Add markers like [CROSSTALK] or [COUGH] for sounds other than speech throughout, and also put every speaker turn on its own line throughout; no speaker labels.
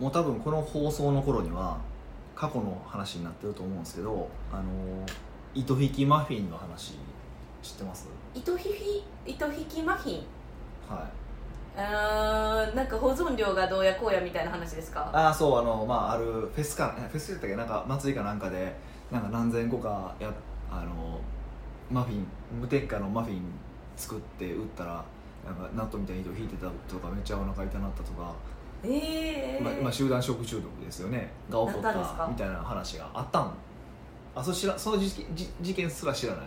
もう多分この放送の頃には過去の話になってると思うんですけどあの糸引きマフィンの話知ってます
糸ひき糸引きマフィン
はい
あーなんか保存料がどうやこうやみたいな話ですか
ああそうあのまああるフェスかえフェスやったっけなんか祭りかなんかでなんか何千個かやあのマフィン無添加のマフィン作って売ったらなんか納豆みたいな糸引いてたとかめっちゃお腹痛なったとか、
ええ
まあまあ、集団食中毒ですよねが起こっ
なったんです
た
か
みたいな話があったんあそ知らその事件じ事件すら知らない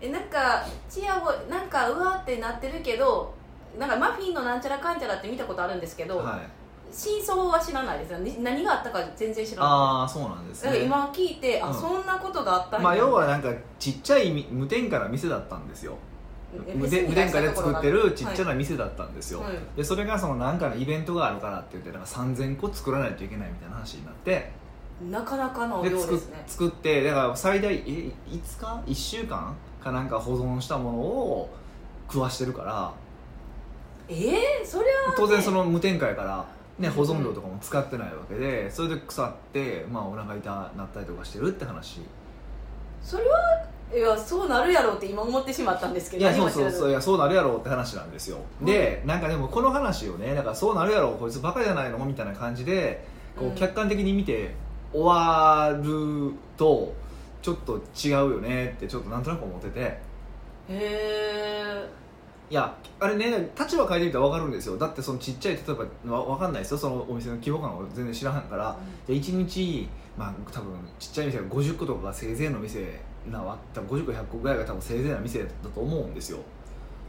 えなんかチアをなんかうわーってなってるけどなんかマフィンのなんちゃらかんちゃらって見たことあるんですけど、
はい
真相は知らないですよね何があったか全然知らない
ああそうなんです
だから
ね
今聞いて、
う
あ
ん
そんなことがあったんや
まあ要はなんかちっちゃいみ無添加な店だったんですよ
え
無
別
添
に
無添
出し
加
た
で
ところ
作
が
ってるちっちゃ
は
な
い
店だったんですよ、
はい
でそれがそのなんかのイベントがあるからって言ってなんか3000個作らないといけないみたいな話になって
なかなかの
で
量
作
ですね
作ってだから最大え5日1週間かなんか保存したものを食わしてるから
ええそれは
当然その無添加やから、ね、保存料とかも使ってないわけでそれで腐って、まあ、お腹痛なったりとかしてるって話
それはいやそうなるやろうって今思ってしまったんですけ
い
ど
やそうそうそう
う
いやそうなるやろうって話なんですよ、でなんかでもこの話をねなんかそうなるやろうこいつバカじゃないのみたいな感じでこ
うん
う客観的に見て終わるとちょっと違うよねってちょっとなんとなく思ってて
へ
いやあれね立場変えてみたら分かるんですよだってそのちっちゃい例えばわ分かんないですよそのお店の規模感を全然知らんからで1日、まあ、多分ちっちゃい店が50個とかがせいぜいの店なわ多分50個100個ぐらいが多分せいぜいな店だと思うんですよ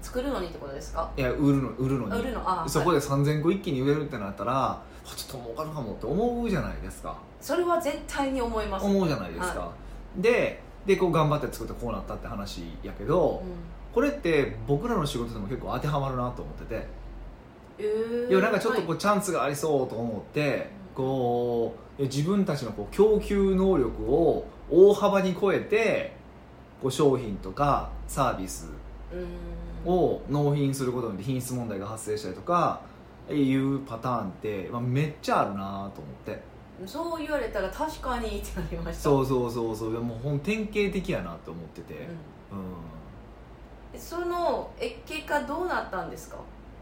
作るのにってことですか
いや売るの売るのに
売るのあ
そ
は
こ
い
で3000個一気に売れるってなったら、あちょっと儲かるかもって思うじゃないですか
それは絶対に思います
思うじゃないですか、ででこう頑張って作ってこうなったって話やけど、
うん
これって僕らの仕事でも結構当てはまるなと思ってて、
えー
いやなんかちょっとこ
は
うチャンスがありそうと思ってこう自分たちのこう供給能力を大幅に超えてこう商品とかサービス
いうん
を納品することによって品質問題が発生したりとかいうパターンって、まあ、めっちゃあるなと思って
そう言われたら確かにってなりました、
そううそうそうそういやもうほん典型的やなと思ってて、うん
ん、そのえ結果どうなったんですか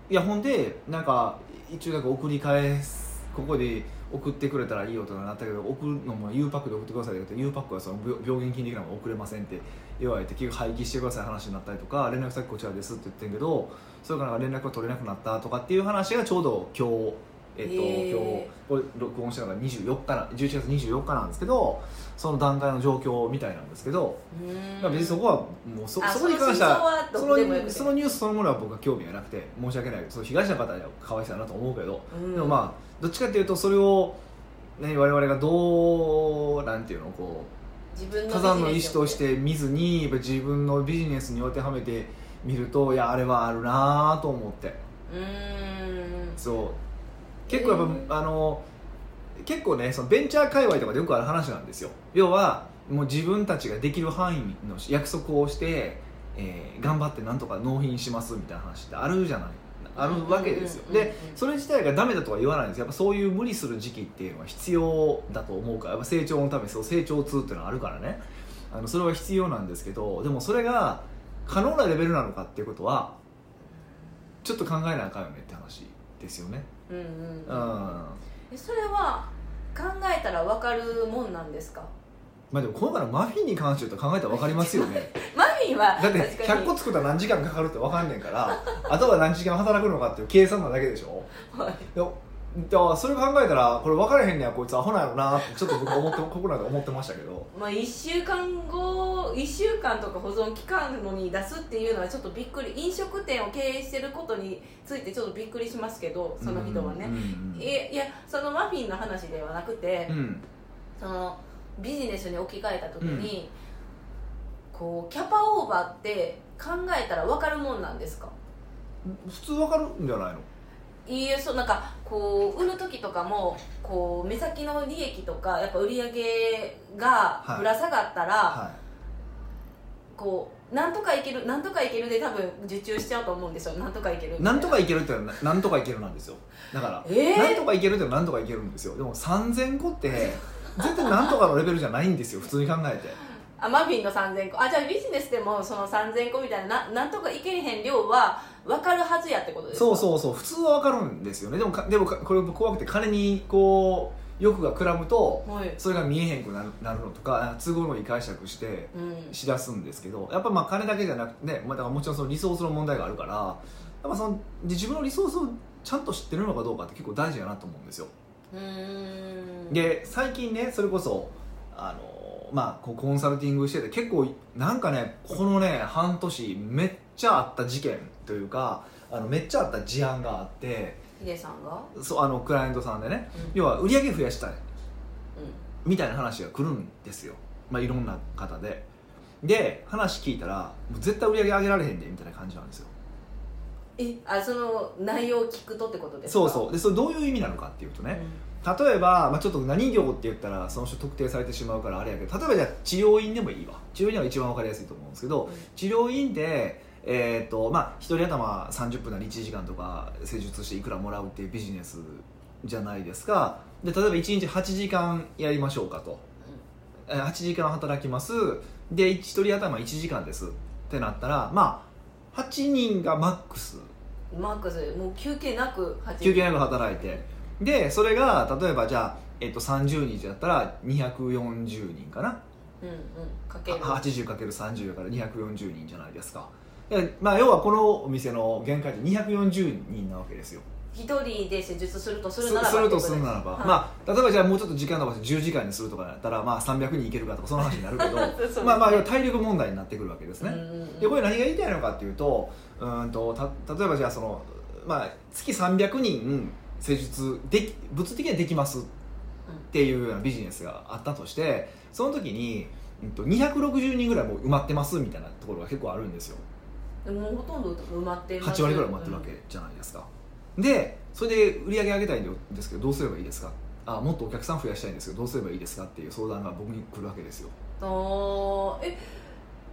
いやほんでなんか一応なんか送り返すここで送ってくれたらいいよとかなったけど送るのも U パックで送ってくださいって言って U パックはその病病原菌的なのも送れませんって言われて結局廃棄してください話になったりとか連絡先こちらですって言ってんけどそれからなんか連絡が取れなくなったとかっていう話がちょうど今日。えっと、
へー
今日これ録音したのが24日な11月24日なんですけどその段階の状況みたいなんですけど、
うーん
まあ別にそこはもうそ
あ
そこに関しては
そ
そ
の真相はど
の
うでもよくて
そのニュースそのものは僕は興味がなくて申し訳ないその被害者の方にはかわいそうだなと思うけど、
うん
でもまあどっちかっていうとそれを、ね、我々がどうなんていうのこ
自分
う
の
ただの意思としてて見ずにやっぱ自分のビジネスに当てはめてみるといやあれはあるなぁと思って
うーん
そう結構やっぱ、
うん
あの結構ねそのベンチャー界隈とかでよくある話なんですよ要はもう自分たちができる範囲の約束をして、えー頑張ってなんとか納品しますみたいな話ってあるじゃないあるわけですよ、
うんうんうんうん
でそれ自体がダメだとは言わないんですやっぱそういう無理する時期っていうのは必要だと思うからやっぱ成長のためそう成長痛っていうのはあるからねあのそれは必要なんですけどでもそれが可能なレベルなのかっていうことはちょっと考えなあかんよねって話ですよね
うん
うん
う
ま
んそれは考えたらわかるもんなんですか
あでも今回のマフィンに関して言うと考えたら分かりますよね
マミーは
だって
確かに
100個作ったら何時間かかるって分かんねんからあとは何時間働くのかっていう計算なだけでしょ
はい
いやだからそれ考えたらこれ分からへんねやこいつアホなんやろなってちょっと僕思って心で思ってましたけど
まあ、1週間後1週間とか保存期間のに出すっていうのはちょっとびっくり飲食店を経営してることについてちょっとびっくりしますけどその人は
うん
ね、
うん
いやいやそのマフィンの話ではなくて、
うん
そのビジネスに置き換えた時に、こうキャパオーバーって考えたら分かるもんなんですか
普通分かるんじゃないの
いいえそうなんかこう売る時とかもこう目先の利益とかやっぱ売り上げがぶら下がったら、
は
こなんとかいけるなんとかいけるで多分受注しちゃうと思うんですよなんとかいける
なんとかいけるってのはなんとかいけるなんですよだから、
えー
なんとかいけるってのはなんとかいけるんですよでも3000個って絶対なんとかのレベルじゃないんですよ普通に考えて
あマフィンの3000個あじゃあビジネスでもその3000個みたいなななんとかいけへん量は分かるはずやってことですか
そうそうそう普通は分かるんですよねでもかでもかこれ怖くて金にこう欲がくらむと
はい
それが見えへんくなるなるのとか都合のいい解釈して
うん
しだすんですけどやっぱまあ金だけじゃなくてね、まあ、だからもちろんそのリソースの問題があるからやっぱそので自分のリソースをちゃんと知ってるのかどうかって結構大事だなと思うんですよ
うーん
で最近ねそれこそあのまあこうコンサルティングしてて結構なんかねこのね半年めっちゃあった事件というかあのめっちゃあった事案があって
ヒデさんが、
そうあのクライアントさんでね
うん
要は売り上げ増やしたい
うん
みたいな話が来るんですよ、まあ、いろんな方でで話聞いたらもう絶対売り上げ上げられへんでみたいな感じなんですよ
えあその内容を聞くとってことですか
そうそうでそれどういう意味なのかっていうとね、例えば、まあ、ちょっと何業って言ったらその人特定されてしまうからあれやけど例えばじゃあ治療院でもいいわ治療院は一番わかりやすいと思うんですけど、
うん
治療院で、えーとまあ、1人頭30分なり1時間とか施術していくらもらうっていうビジネスじゃないですかで例えば1日8時間やりましょうかと、えー8時間働きますで1人頭1時間ですってなったらまあ8人がマックス
うんマックスもう休憩なく8
休憩なく働いてでそれが例えばじゃあ、えっと、30日だったら240人かな
うんうんかける
80×30 だから240人じゃないですかでまあ、要はこのお店の限界って240人なわけですよ
一人で施術するとする
す
ならば
すると
って
す
こ
る
で
ならば、
はい
まあ、例えばじゃあもうちょっと時間伸ばして10時間にするとかだったら、まあ、300人いけるかとかその話になるけ
[LAUGHS] [LAUGHS] そうです
ど
ね
まあまあ要は体力問題になってくるわけですね、
うんうんうん
でこれ何が言いたいのかっていうとうーんとた例えばじゃあその、まあ、月300人施術でき物的にはできますっていうようなビジネスがあったとしてその時に、うん、と260人ぐらいもう埋まってますみたいなところが結構あるんですよ
でもほとんど埋まってます
8割ぐらい埋まってるわけじゃないですか、でそれで売り上げ上げたいんですけどどうすればいいですかあもっとお客さん増やしたいんですけどどうすればいいですかっていう相談が僕に来るわけですよ
あーえ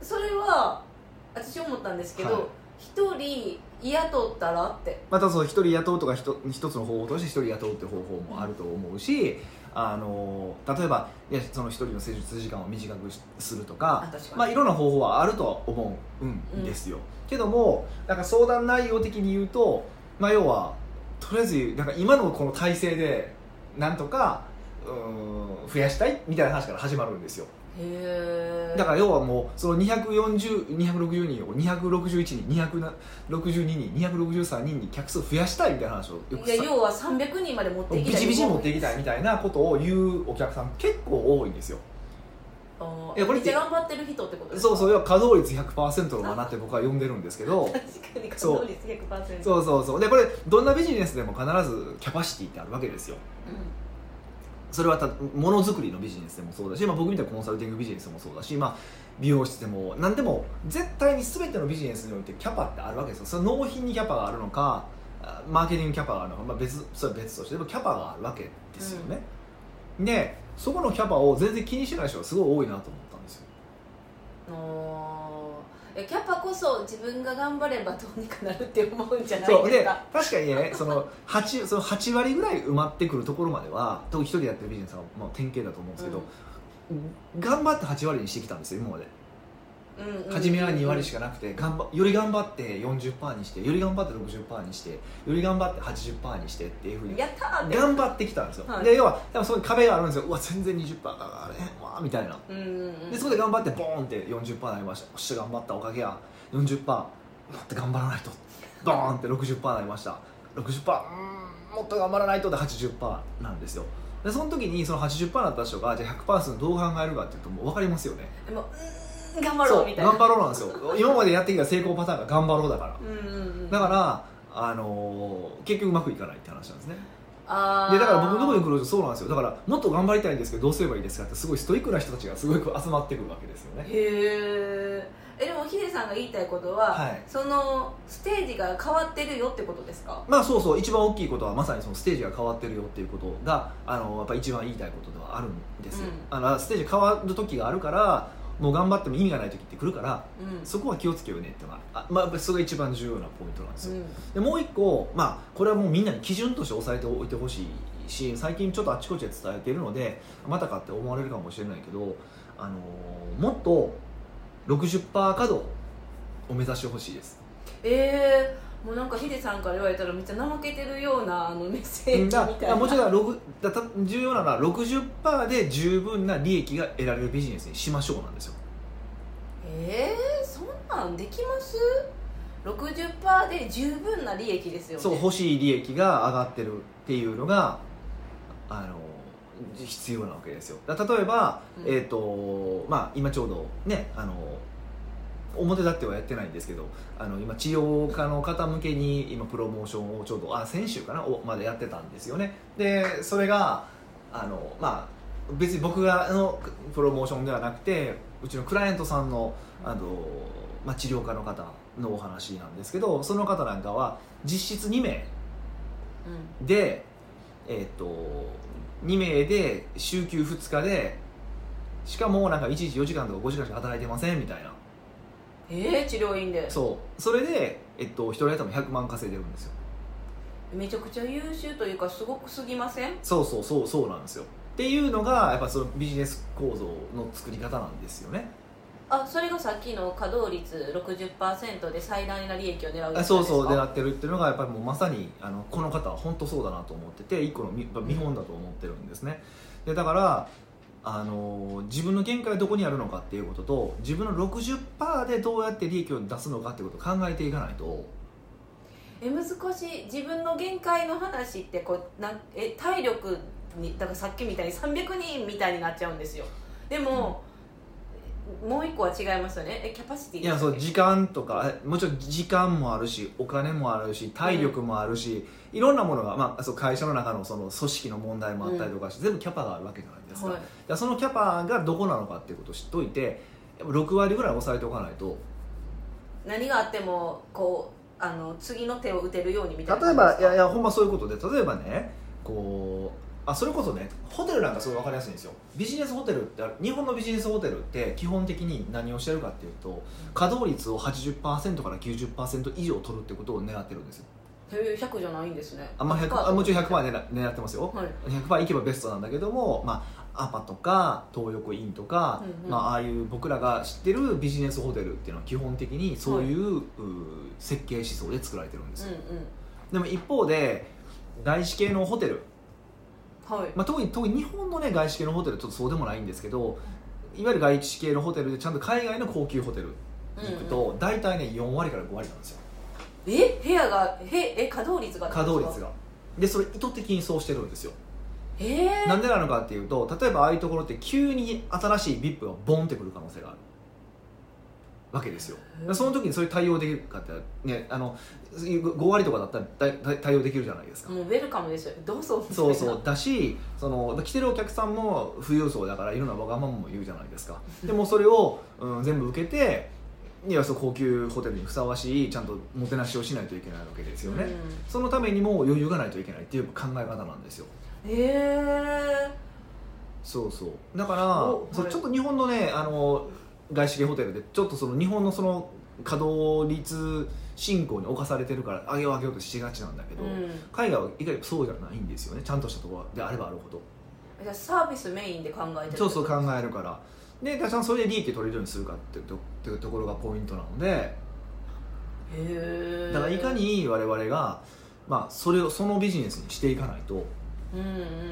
それは私思ったんですけ
はい
ど一、人雇ったらって
またその一人雇うとかひと一つの方法として一人雇うって方法もあると思うしあの例えばいやその一人の施術時間を短くしすると
あ
か
確かに
まあ、いろんな方法はあるとは思うんですよ、けどもなんか相談内容的に言うと、まあ、要はとりあえずなんか今のこの体制でなんとかうーん増やしたいみたいな話から始まるんですよ
へえ
だから要はもうその240260人を261人262人263人に客数増やしたいみたいな話をよく
いや
さ
要は300人まで持っていき
ビ
たい
チビチに持っていきたいみたいなことを言うお客さん結構多いんですよ
あー
いやこれ
めっちゃ頑張ってる人ってことですか
そうそう要は稼働率100%の罠って僕は呼んでるんですけど
[LAUGHS] 確かに稼働率100%う、
そうそうそうでこれどんなビジネスでも必ずキャパシティってあるわけですよそれはたものづくりのビジネスでもそうだし、まあ、僕みたいなコンサルティングビジネスもそうだし、まあ、美容室でも何でも絶対に全てのビジネスにおいてキャパってあるわけですよそれは納品にキャパがあるのかあマーケティングキャパがあるのか、まあ、別それは別としてでもキャパがあるわけですよね、でそこのキャパを全然気にしてない人がすごい多いなと思ったんですよ
うん、あーいやキャパこそ自分が頑張ればどうにかなるって思うんじゃない
そう
です
で
か
確かにねその 8, その8割ぐらい埋まってくるところまでは特に一人でやってるビジネスは、まあ、典型だと思うんですけど、頑張って8割にしてきたんですよ今まで
うんうんうん
初めは2割しかなくて頑張より頑張って40%にしてより頑張って60%にしてより頑張って80%にしてっていうふうに
やったーって
頑張ってきたんですよ、
はい
で要は多分そういう壁があるんですようわ全然20%だからねわあみたいな
うんうんうん
でそこで頑張ってボーンって40%になりましたよっしゃ頑張ったおかげや40%もっと頑張らないとドーンって60%になりました60%うーんもっと頑張らないとで80%なんですよでその時にその80%だった人がじゃあ100%するのどう考えるかっていうともう分かりますよね
でもうーん頑張ろうみたいな
そう頑張ろうなんですよ今までやってきた成功パターンが頑張ろうだから
うんうんうん
だからあのー結局うまくいかないって話なんですね
あー
でだから僕のところに来るとそうなんですよだからもっと頑張りたいんですけどどうすればいいですかってすごいストイックな人たちがすごく集まってくるわけですよね
へーえでもヒデさんが言いたいことは、
はい
そのステージが変わってるよってことですか
まあそうそう一番大きいことはまさにそのステージが変わってるよっていうことがあのやっぱ一番言いたいことではあるんですよ、あのステージ変わる時があるからもう頑張っても意味がない時って来るから
うん
そこは気をつけようねってのはあ、まあ、やっぱりそれが一番重要なポイントなんですよ、
うん
でもう一個、まあ、これはもうみんなに基準として押さえておいてほしいし最近ちょっとあちこちで伝えているのでまたかって思われるかもしれないけど、あのーもっと60%稼働を目指してほしいです
えー、もうなんかヒデさんから言われたらめっちゃ怠けてるようなあのメッセージみた
だ
い
だ
な
もちろん6だた重要なのは60%で十分な利益が得られるビジネスにしましょうなんですよ
えー、そんなんできます60%で十分な利益ですよね
そう欲しい利益が上がってるっていうのがあの必要なわけですよだ例えば、
うん
えっ、とまあ今ちょうどねあの表立ってはやってないんですけどあの今治療家の方向けに今プロモーションをちょうどあ先週かなをまでやってたんですよねでそれがあのまあ別に僕があのプロモーションではなくてうちのクライアントさんのあの、まあ、治療家の方のお話なんですけどその方なんかは実質2名
うん
で、えっと2名で週休2日でしかもなんか1日4時間とか5時間しか働いてませんみたいな
えー、治療院で
そうそれで、えっと、1人頭100万稼いでるんですよ
めちゃくちゃ優秀というかすごくすぎません
そうそうそうそうなんですよっていうのがやっぱそのビジネス構造の作り方なんですよね
あそれがさっきの稼働率60%で最大な利益を狙うやつです
あ
か
そうそう狙ってるっていうのがやっぱりもうまさにあのこの方は本当そうだなと思ってて一個の見見本だと思ってるんですねでだからあの自分の限界はどこにあるのかっていうことと自分の60%でどうやって利益を出すのかっていうことを考えていかないと
え難しい自分の限界の話ってこうなんえ体力にだからさっきみたいに300人みたいになっちゃうんですよでも、もう一個は違いますよねえキャパシティ
い
で
や
す
そ
っ
う
け
時間とかえもちろん時間もあるしお金もあるし体力もあるし、いろんなものが、まあ、そう会社の中のその組織の問題もあったりとかして、全部キャパがあるわけじゃないですか、
はい
だからそのキャパがどこなのかっていうことを知っといてやっぱ6割ぐらいは抑えておかないと
何があってもこうあの次の手を打てるようにみたいな
例えばいやいやほんまそういうことで例えばねこうあそれこそねホテルなんかすごい分かりやすいんですよビジネスホテルってある日本のビジネスホテルって基本的に何をしてるかっていうと稼働率を80%から90%以上取るってことを狙ってるんですよ
へえ100じゃないんですね
あんま100あもちろん100%は狙狙ってますよ
はい
100%いけばベストなんだけども、まあ、アパとか東横インとか、
うんうん
まあ、ああいう僕らが知ってるビジネスホテルっていうのは基本的にそういう,うー、設計思想で作られてるんですよ、
う
でも一方で外資系のホテル、
んうんはい
まあ、特に特に日本の、ね、外資系のホテルはちょっとそうでもないんですけどいわゆる外資系のホテルでちゃんと海外の高級ホテルに行く
うんうん
と大体ね4割から5割なんですよ
え部屋がへえ稼働率が
稼働率
が
がでそれ意図的にそうしてるんですよ
ええ
なんでなのかっていうと例えばああいうところって急に新しい VIP がボンってくる可能性があるわけですよ
へえ
その時にそれ対応できるかってねあの5割とかだったら対対対応できるじゃないですか
もうウェルカムですよどうぞみたい
そ
な
う
[LAUGHS]
そうだしその来てるお客さんも富裕層だからいろんなわがままも言うじゃないですかでもそれを、うん、全部受けていやそう高級ホテルにふさわしいちゃんともてなしをしないといけないわけですよね、
うん
そのためにも余裕がないといけないっていう考え方なんですよ
へえ
そうそうだから、
お
そう
はい
ちょっと日本のねあの外資系ホテルでちょっとその日本のその稼働率進行に侵されてるから上げよう上げようとしがちなんだけど、
うん
海外はいかにもそうじゃないんですよねちゃんとしたところであればあるほど
じゃあサービスメインで考えてる
そうそう考えるからでだからそれで利益取れるようにするかっていうとっていうところがポイントなので
へえ
だからいかに我々が、まあ、それをそのビジネスにしていかないと
うん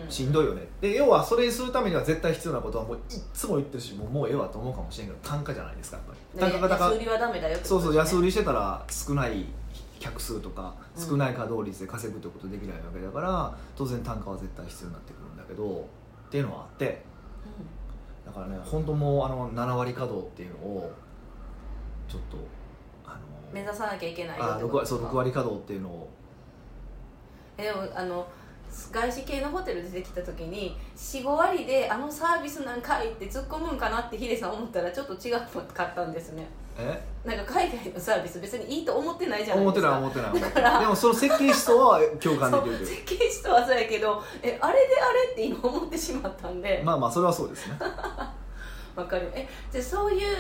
うん
しんどいよねで要はそれにするためには絶対必要なことはもういっつも言ってるしもうもうええわと思うかもしれんけど単価じゃないですかやっぱり単価が
安
高
売りはダメだよってこ
そう
と
そう
です
安
ね
売りしてたら少ない客数とか
うん
少ない稼働率で稼ぐってことできないわけだから当然単価は絶対必要になってくるんだけどっていうのはあってだからね本当もうあの7割稼働っていうのをちょっとあ
うん
の
目指さなきゃいけないよ
あ
って
6
ことで
割
す
そ
か
う6割稼働っていうのを
えでもあの外資系のホテル出てきた時に45割であのサービスなんかいって突っ込むんかなってヒデさん思ったらちょっと違うの買ったんですね
え
なんか海外のサービス別にいいと思ってないじゃない
思
で
って
す
ない
か
思ってない思って
だか
ない
ら
でもその設計思想は共感できるという
設計士と [LAUGHS] はそうやけどえあれであれって今思ってしまったんで、
まあまあそれはそうですね
わかるえじゃあそういう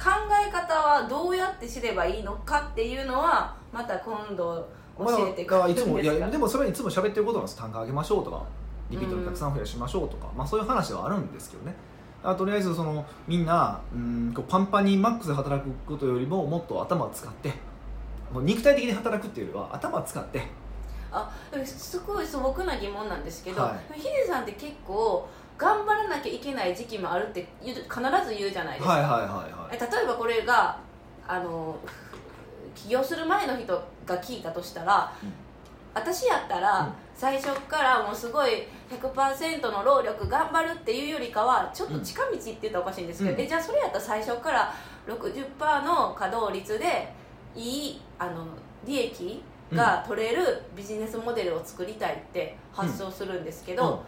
考え方はどうやって知ればいいのかっていうのはまた今度教えてく
まあ
れ
いつ
るん
も
で
い
す
や
か
でもそれはいつも喋ってることなんです単価上げましょうとかリピートのたくさん増やしましょうとか、まあ、そういう話はあるんですけどねあとりあえずそのみんなうんこうパンパンにマックスで働くことよりももっと頭を使ってもう肉体的に働くっていうよりは頭を使って
あでもすごい素朴な疑問なんですけど、
は
ヒデさんって結構頑張らなきゃいけない時期もあるって言う必ず言うじゃないですか、
はいはいはいは
え
い
例えばこれがあの起業する前の人が聞いたとしたら、
うん
私やったら、
うん
最初からもうすごい100%の労力頑張るっていうよりかはちょっと近道って言ったらおかしいんですけど、
うん
えじゃあそれやったら最初から60%の稼働率でいいあの利益が取れるビジネスモデルを作りたいって発想するんですけど、
うん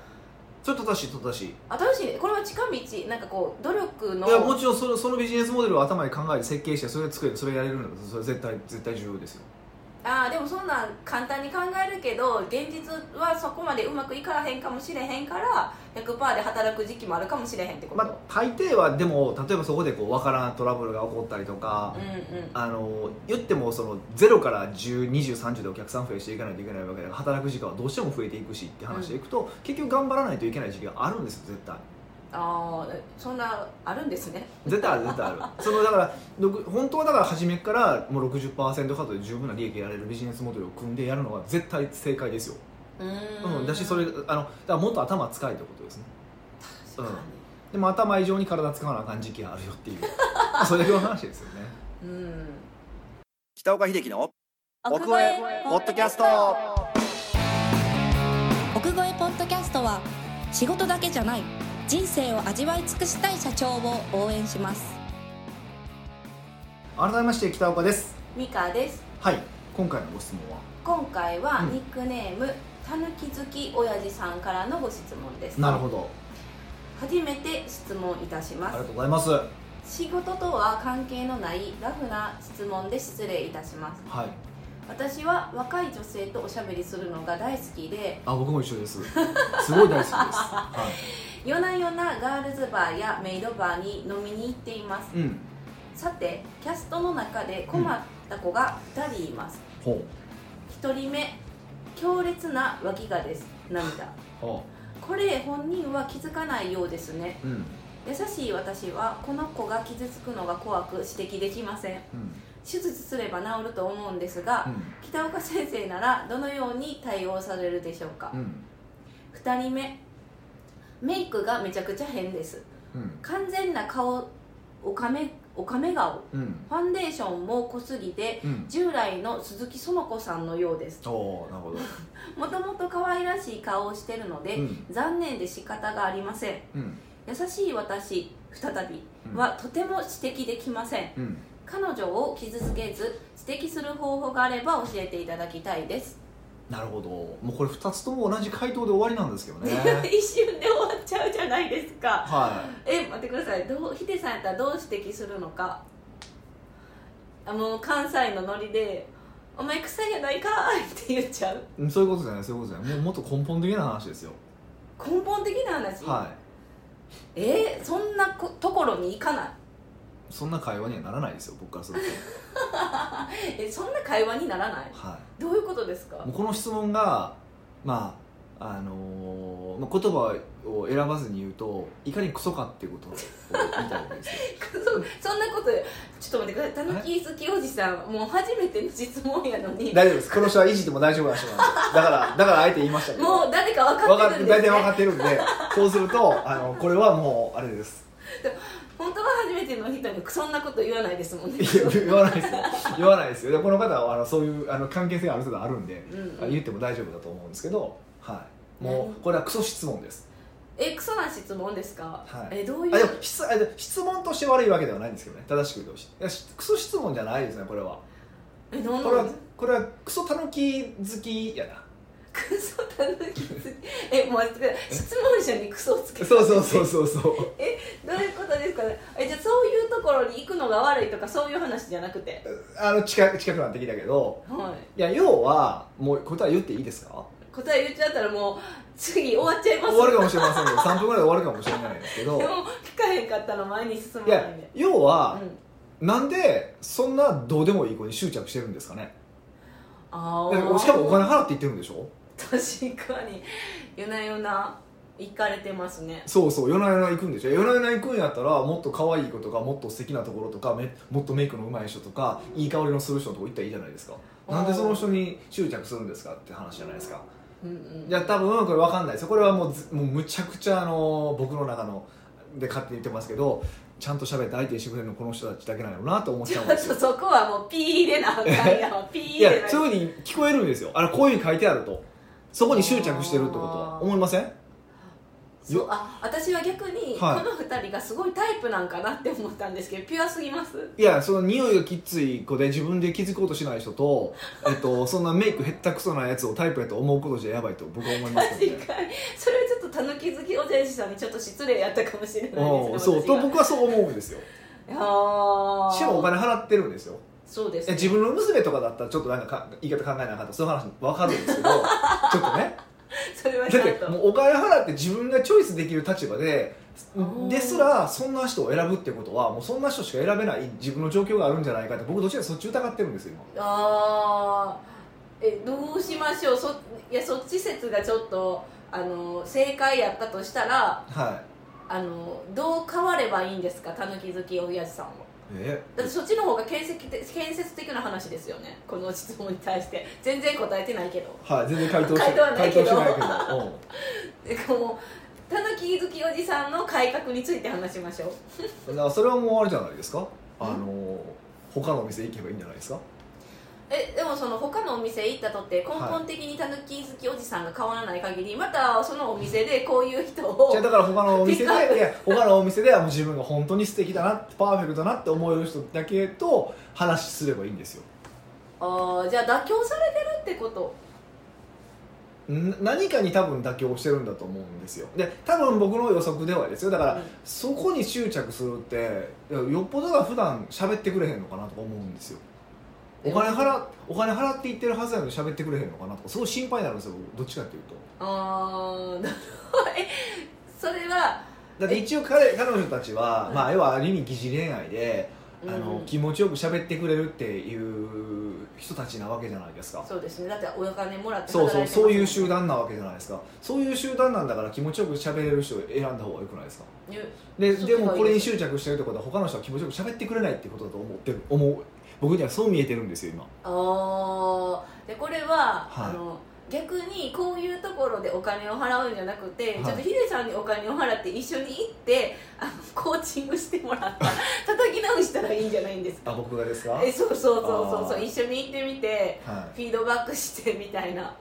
それ正しい正しい
新しいこれは近道なんかこう努力の
いやもちろんそのそのビジネスモデルを頭に考えて設計してそれを作れるそれやれるんだったらそれ絶対絶対重要ですよ
あーでもそんなん簡単に考えるけど現実はそこまでうまくいからへんかもしれへんから100%で働く時期もあるかもしれへんってこと、
まあ大抵はでも例えばそこでこうわからんトラブルが起こったりとか
うん、うん
あの言ってもその0から102030でお客さん増やしていかないといけないわけだから働く時間はどうしても増えていくしって話でいくと、結局頑張らないといけない時期があるんですよ絶対
ああそんなあるんですね
絶対ある絶対あるそのだからろく本当はだから初めからもう60%カットで十分な利益やれるビジネスモデルを組んでやるのが絶対正解ですよ、
う
うん
ー
だしそれあのだからもっと頭使いということですね
確か
でも頭以上に体使わなあかん時期があるよっていう [LAUGHS] それぐらいの話ですよね
にうん
北岡秀樹の
奥越えポッドキャスト
奥越えポッドキャストは仕事だけじゃない人生を味わい尽くしたい社長を応援します
改めまして北岡です
ミカです
はい今回のご質問は
今回は
うん
ニックネーム、たぬき好き親父さんからのご質問です
なるほど
初めて質問いたし
あ
ま
りが
す
とうございますは
仕事とは関係のないラフな質問で失礼いたします
い
私は若い女性とおしゃべりするのが大好きで
あ僕も一緒ですすごい大好きです、は
夜な夜なガールズバーやメイドバーに飲みに行っています
い、うん
さてキャストの中で困った子が2人います、
ほ
1人目強烈な脇がです涙
うほ
これ本人は気づかないようですね
ううん
優しい私はこの子が傷つくのが怖く指摘できません
うん
手術すれば治ると思うんですが、
うん
北岡先生ならどのように対応されるでしょうか、
うん
2人目メイクがめちゃくちゃ変です
うん
完全な顔おかめおかめ顔
うん
ファンデーションも濃すぎて
うん
従来の鈴木園子さんのようです
おーなるほど
もともと可愛らしい顔をしてるので、
うん
残念で仕方がありません
うん
優しい私再び
うん
はとても指摘できません
うん
彼女を傷つけず指摘する方法があれば教えていただきたいです、
なるほどもうこれ二つとも同じ回答で終わりなんですけどね
[LAUGHS] 一瞬で終わっちゃうじゃないですか
は
え待ってくださいどうヒデさんやったらどう指摘するのかあもう関西のノリで「お前臭いやないかい」って言っちゃう
いうんそういうことじゃないそういうことじゃないもうもっと根本的な話ですよ
根本的な話、
はい
えーそんなこところに行かない
そんな会話にはならないですよ僕からすると
えそんな会話にならない
はい
どういうことですか
もうこの質問が、まああのーまあ、言葉を選ばずに言うといかにクソかっていうことを言いたいわけです
[LAUGHS]
よ
[LAUGHS] そそんなことちょっと待ってくださいたぬき好きおじさんもう初めての質問やのに
大丈夫ですこの人はいじっても大丈夫な人なんでだからだからあえて言いましたけど
もう誰か分
わ
かっ
かる
てるんです、
大
ね
体、分かってるんでそうするとあのこれはもうあれです
本当は初めての人にそんなこと言わないですもんね
いや言わないですよ言わないですよでこの方はあのそういうあの関係性がある程度あるんで、
うん
言っても大丈夫だと思うんですけど、はい、もうこれはクソ質問です
えクソな質問ですか、
はい
えどういう
あでも質あでも質問として悪いわけではないんですけどね正しく言うとしいやしクソ質問じゃないですねこれは
えどん
これ
な
はこれはクソたぬき好きやな
クソたぬきつきえもう待ってください質問者にクソをつけた
そうそうそうそうそう
どういうことですかえじゃあそういうところに行くのが悪いとかそういう話じゃなくて
あの近く近くなってきたけど
はい
や要はもう答え言っていいですか
い答え言っちゃったらもう次終わっちゃいます
終わるかもしれませんけど3分ぐらいで終わるかもしれないですけど
でも控へんかったら前に進ま
い
ない
や
んで
要は
う、ん
なんでそんなどうでもいい子に執着してるんですかね
あ
だから
あ
しかもお金払って言ってるんでしょ
確かに夜な夜な行かれてますね
そうそう夜な夜な行くんでしょ夜な夜な行くんやったらもっと可愛い子とかもっと素敵なところとかめもっとメイクの上手い人とかいい香りのする人のとこ行ったらいいじゃないですかなんでその人に執着するんですかって話じゃないですか
うんうん
いや多分これ分かんないですよこれはもうずもうむちゃくちゃあの僕の中ので勝手に言ってますけどちゃんと喋って相手にしてくれるのこの人たちだけなのなと思っち
ち
ゃ
ょ
う
っ
んです
と
よ
[LAUGHS] そこはもうピー入れなあかんやわピー
い
入れ
や
な
そういうふうに聞こえるんですよあれこういうふうに書いてあるとそこに執着してるってことは思いません
そうあ私は逆にこ
はい
の二人がすごいタイプなんかなって思ったんですけどピュアすぎます
いやその匂いがきつい子で自分で気づこうとしない人
[LAUGHS]
と、えっと、そんなメイクへったくそなやつをタイプやと思うことじゃやばいと僕は思います
確か
け
に
どね
それはちょっとたぬき好きおじいさんにちょっと失礼やったかもしれないです
うんそう
私が
と僕はそう思うんですよ
あー
しかもお金払ってるんですよ
そうです
いや自分の娘とかだったらちょっとなんかか言い方考えなかったそういう話分かるんですけ
[LAUGHS]
どちょっとね
それはち
だ
ゃん
って
と
もうお金払って自分がチョイスできる立場でですらそんな人を選ぶってことはもうそんな人しか選べない自分の状況があるんじゃないかって僕どっちかというとそっち疑ってるんですよ今
あーえどうしましょうそいやそっち説がちょっとあの正解やったとしたら
はい
あのどう変わればいいんですかたぬき好きおやじさんは
え
だってそっちの方が建設的建設的な話ですよねこの質問に対して全然答えてないけど
はい全然回答して
回答はないけど
回答してないけ
[LAUGHS]
ど、うん
えこうたぬき好きおじさんの改革について話しましょう
だからそれはもうあれじゃないですかあの他のお店行けばいいんじゃないですか
えでもその他のお店行ったとって根本的にたぬき好きおじさんが変わらない限りまたそのお店でこういう人を
じゃあだから他のお店
ピックアッ
でいや他のお店ではもう自分が本当に素敵だなパーフェクトだなって思える人だけと話すればいいんですよ
あーじゃあ妥協されてるってこと
ん何かに多分妥協してるんだと思うんですよで多分僕の予測ではですよだから、
うん
そこに執着するっていやよっぽどが普段喋ってくれへんのかなとか思うんですよお金払お金払っていってるはずなのに喋ってくれへんのかなとかすごい心配になるんですよ僕どっちかっていうと
あーなるほど [LAUGHS] えそれは、
だって一応彼彼女たちは、
うん
まあ要はある意味疑似恋愛で、
うん
あの気持ちよく喋ってくれるっていう人たちなわけじゃないですか
そうですねだってお金もらって
そう
働いて
そう
ま
そ
す
ういう集団なわけじゃないですかそういう集団なんだから気持ちよく喋れる人を選んだ方がよくないですか
ゆ
で
そう
でも
そう
これに執着してるってことは他の人は気持ちよく喋ってくれないってことだと思ってる思う僕にはそう見えてるんですよ今
あーでこれは、
はい
あの逆にこういうところでお金を払うんじゃなくて、
はい
ちょっとヒデさんにお金を払って一緒に行ってあのコーチングしてもらったら
[LAUGHS]
叩き直したらいいんじゃないんですか
あ僕がですかはい
え、そうそうそうそうそ
あ
う
ー
一緒に行ってみて
ま
フィードバックしてみたいな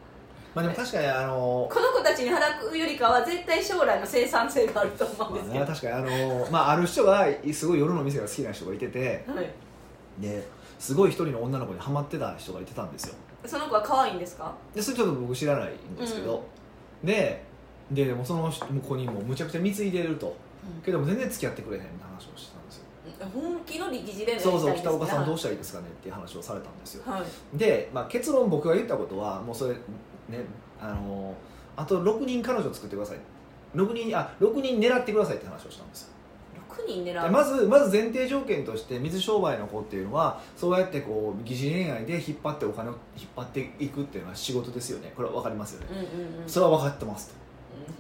あ、でも確かにあの
この子たちに働くよりかは絶対将来の生産性があると思うん
ま
で
あ
すけ
ね、
ど、
確かにあの、まあ、ある人がすごい夜の店が好きな人がいてて
はい、
ですごい一人の女の子にハマってた人がいてたんですよ
その子は可愛いんですか
でそれちょっと僕知らないんですけど、でででもその子にもうむちゃくちゃ貢いでるとけども全然付き合ってくれへんって話をしてたんですよ
本気の力士で
そうそう北岡さんどう
し
したらいいですかねっていう話をされたんですよ
はい
で、まあ、結論僕が言ったことはもうそれねあのあと6人彼女作ってください6人あ6人狙ってくださいって話をしたんですよ
6人狙
で
う、
まずまず前提条件として水商売の子っていうのはそうやってこう疑似恋愛で引っ張ってお金を引っ張っていくっていうのは仕事ですよねこれは分かりますよね
うんうんうん
それは分かってますと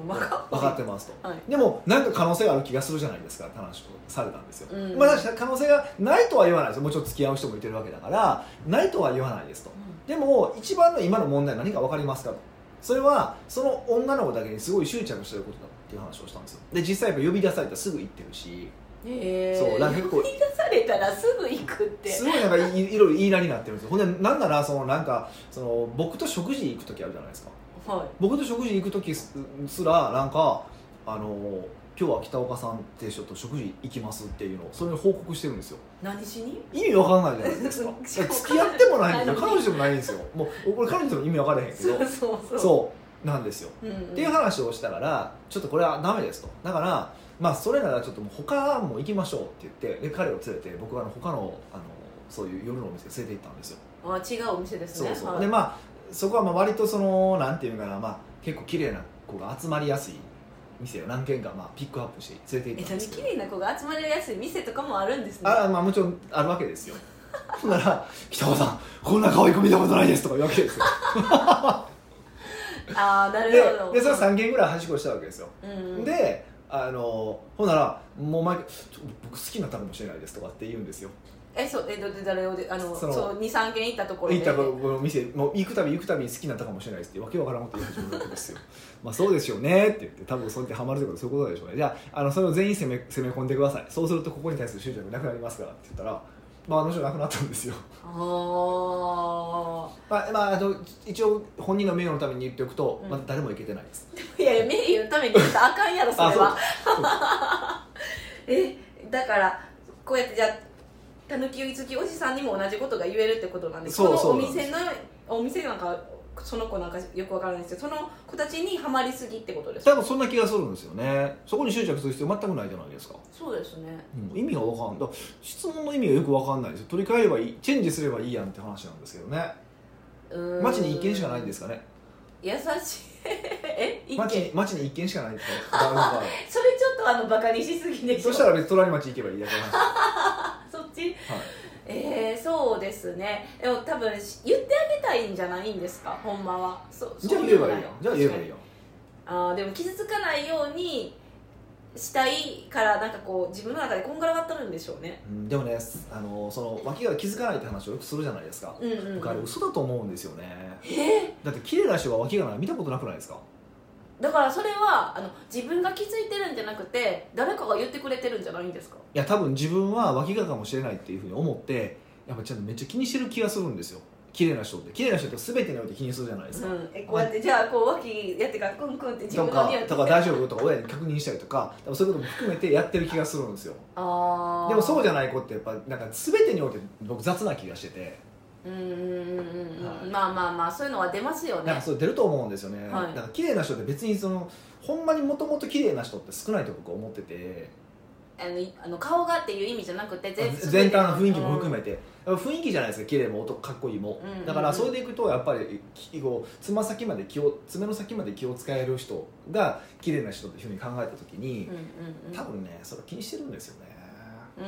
うん分か
分かってますと、
はい
でもなんか可能性がある気がするじゃないですかって話をされたんですよ、
うん
まあ、確かに可能性がないとは言わないですよもちろん付き合う人もいてるわけだからないとは言わないですとでも一番の今の問題は何か分かりますかとそれはその女の子だけにすごい執着してることだっていう話をしたんですよで実際やっぱ呼び出されたらすぐ行ってるし
へえ
そうなんか結構
呼び出されたらすぐ行くって
すごいなんかいいろいろ言いなりになってるんですよほんでなんならそのなんかその僕と食事行く時あるじゃないですか
は
僕と食事行く時すすらなんかあの今日は北岡さんって人と食事行きますっていうのをそれに報告してるんですよ
い何しに
意味わかんないじゃない
[LAUGHS]
ですか
しかも
付き合ってもないん
[LAUGHS]
ですよ彼
彼女
女でもないんですよもう俺彼女でも意味わからへんけ
[LAUGHS] そ
ど
うそうそう
そうなんですよ
うんうん、
っていう話をしたからちょっとこれはダメですとだからまあそれならちょっともう他も行きましょうって言ってで彼を連れて僕はあの他のあのそういう夜のお店に連れて行ったんですよ
あ違うお店です
そ
ね
うそう、
はい
でまあそこはまあ割とそのなんていうかな、まあ、結構綺麗な子が集まりやすい店を何軒か、まあ、ピックアップして連れて行っ
えそ
たん
れ
ですけ
綺
ど
麗な子が集まれるやすい店とかもあるんですね
あまあもちろんあるわけですよ [LAUGHS] ほんなら「北川さんこんな可愛い子見たことないです」とか言うわけですよ
あ [LAUGHS] ーな
で
るほど
でそれ3軒ぐらいはしごしたわけですよ、
うん、
であのほんならもう毎回ちょ「僕好きになったかもしれないです」とかって言うんですよ
えそうえどで誰をであの
そ
そ
の
う23軒行ったところ
行
で
ったこの店もう行くたび行くたび好きになったかもしれないですってわけわからんこと言う始めるわけです
[LAUGHS]
よまあそうですよねって言って多分それってハマるってことはそういうことでしょうねじゃああのそれを全員攻め攻め込んでくださいそうするとここに対する執着なくなりますからって言ったらまああの人亡くなったんですよ [LAUGHS]
あ
まあ、まあ、あの一応本人の名誉のために言っておくと、
うん
まだ誰もいけてないです
あいやいやメリーのために言ったらあかんやろそれはえだからこうやってじゃあたぬき好きおじさんにも同じことが言えるってことなんです
そう
このお
そうなんで
店のお店なんかその子なんかよくわからないですけどその子たちにはまりすぎってことですか
多分そんな気がするんですよねそこに執着する必要全くないじゃないですか、
そうですね
うん、意味が分かんない質問の意味がよく分かんないですよ取り替えればいいチェンジすればいいやんって話なんですけどね
うーん
街に一軒しかないんですかね
優しい [LAUGHS] え一軒
街に街に一軒しかないんです [LAUGHS] かねだから
それちょっとあのバカにしすぎでしょ
そしたら別に隣町行けばいいだけの話 [LAUGHS] です、は
そっちえー、そうですねでも多分し言ってあげたいんじゃないんですかほんまはそ
い、じゃあ言えばいいやんじゃあ言えばいい
よ
やん
あーでも傷つかないようにしたいからなんかこう自分の中でこんがらがってるんでしょうね
うんでもねあのその脇が気づかないって話をよくするじゃないですか
うんうん、
僕あれ嘘だと思うんですよね
え
だって綺麗な人が脇がない見たことなくないですか
ーだからそれはあの自分が気づいてるんじゃなくて誰かが言ってくれてるんじゃないんですか
いや多分自分は脇がかもしれないっていうふうに思ってやっぱちゃんとめっちゃ気にしてる気がするんですよ綺麗な人って綺麗な人って全てにおいて気にするじゃないです
う
か、
ん、えこうやってじゃあこう脇やってからクンクンって自
と
分の
か
匂い
とか大丈夫とか親に確認したりとか多分そういうことも含めてやってる気がするんですよ
あー
でもそうじゃない子ってやっぱなんか全てにおいて僕雑な気がしてて
うんうんうんうん、
はい
まあまあまあそういうのは出ますよね
なんかそう出ると思うんですよね、
はい
なんか綺麗な人って別にそのほんまにもともと綺麗な人って少ないと僕は思ってて
あのいあの顔がっていう意味じゃなくて
全全体の雰囲気も含めて、雰囲気じゃないですか綺麗も音かっこいいも、
うんうんうん
だからそれでいくとやっぱりきこうつま先まで気を爪の先まで気を使える人が綺麗な人っていうふうに考えた時に
うん、うんうん
多分ねそれ気にしてるんですよね、
う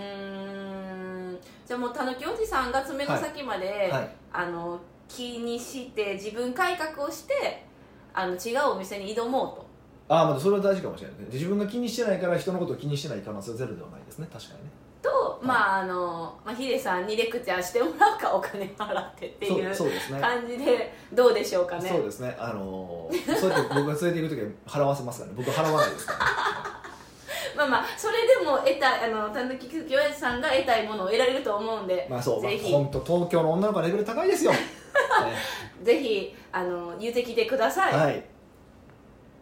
ーんじゃあもうたぬきおじさんが爪の先まで、
はい
あの気にして自分改革をしてあの違うお店に挑もう
ああまあそれは大事かもしれないねで自分が気にしてないから人のことを気にしてない可能性はゼロではないですね確かにね
とと、
い
まああの、まあ、ヒデさんにレクチャーしてもらうかお金払ってってい
そう
う
そうですね
感じでどうでしょうかね
そうですねあのーそうやって僕が連れて行く時は払わせますからね僕は払わないですから、
[LAUGHS]
ね、
まあまあそれでも得たあのたぬきおじさんが得たいものを得られると思うんで、
まあそうまあ
ぜひ
本当東京の女の子はレベル高い
[LAUGHS]
ですよ、ね
ぜひあの言うてきてください、
はい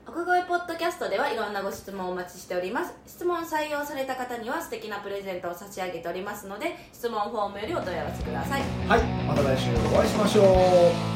奥越ポッドキャストではいろんなご質問をお待ちしております質問採用された方には素敵なプレゼントを差し上げておりますので質問フォームよりお問い合わせください
はい、また来週お会いしましょう。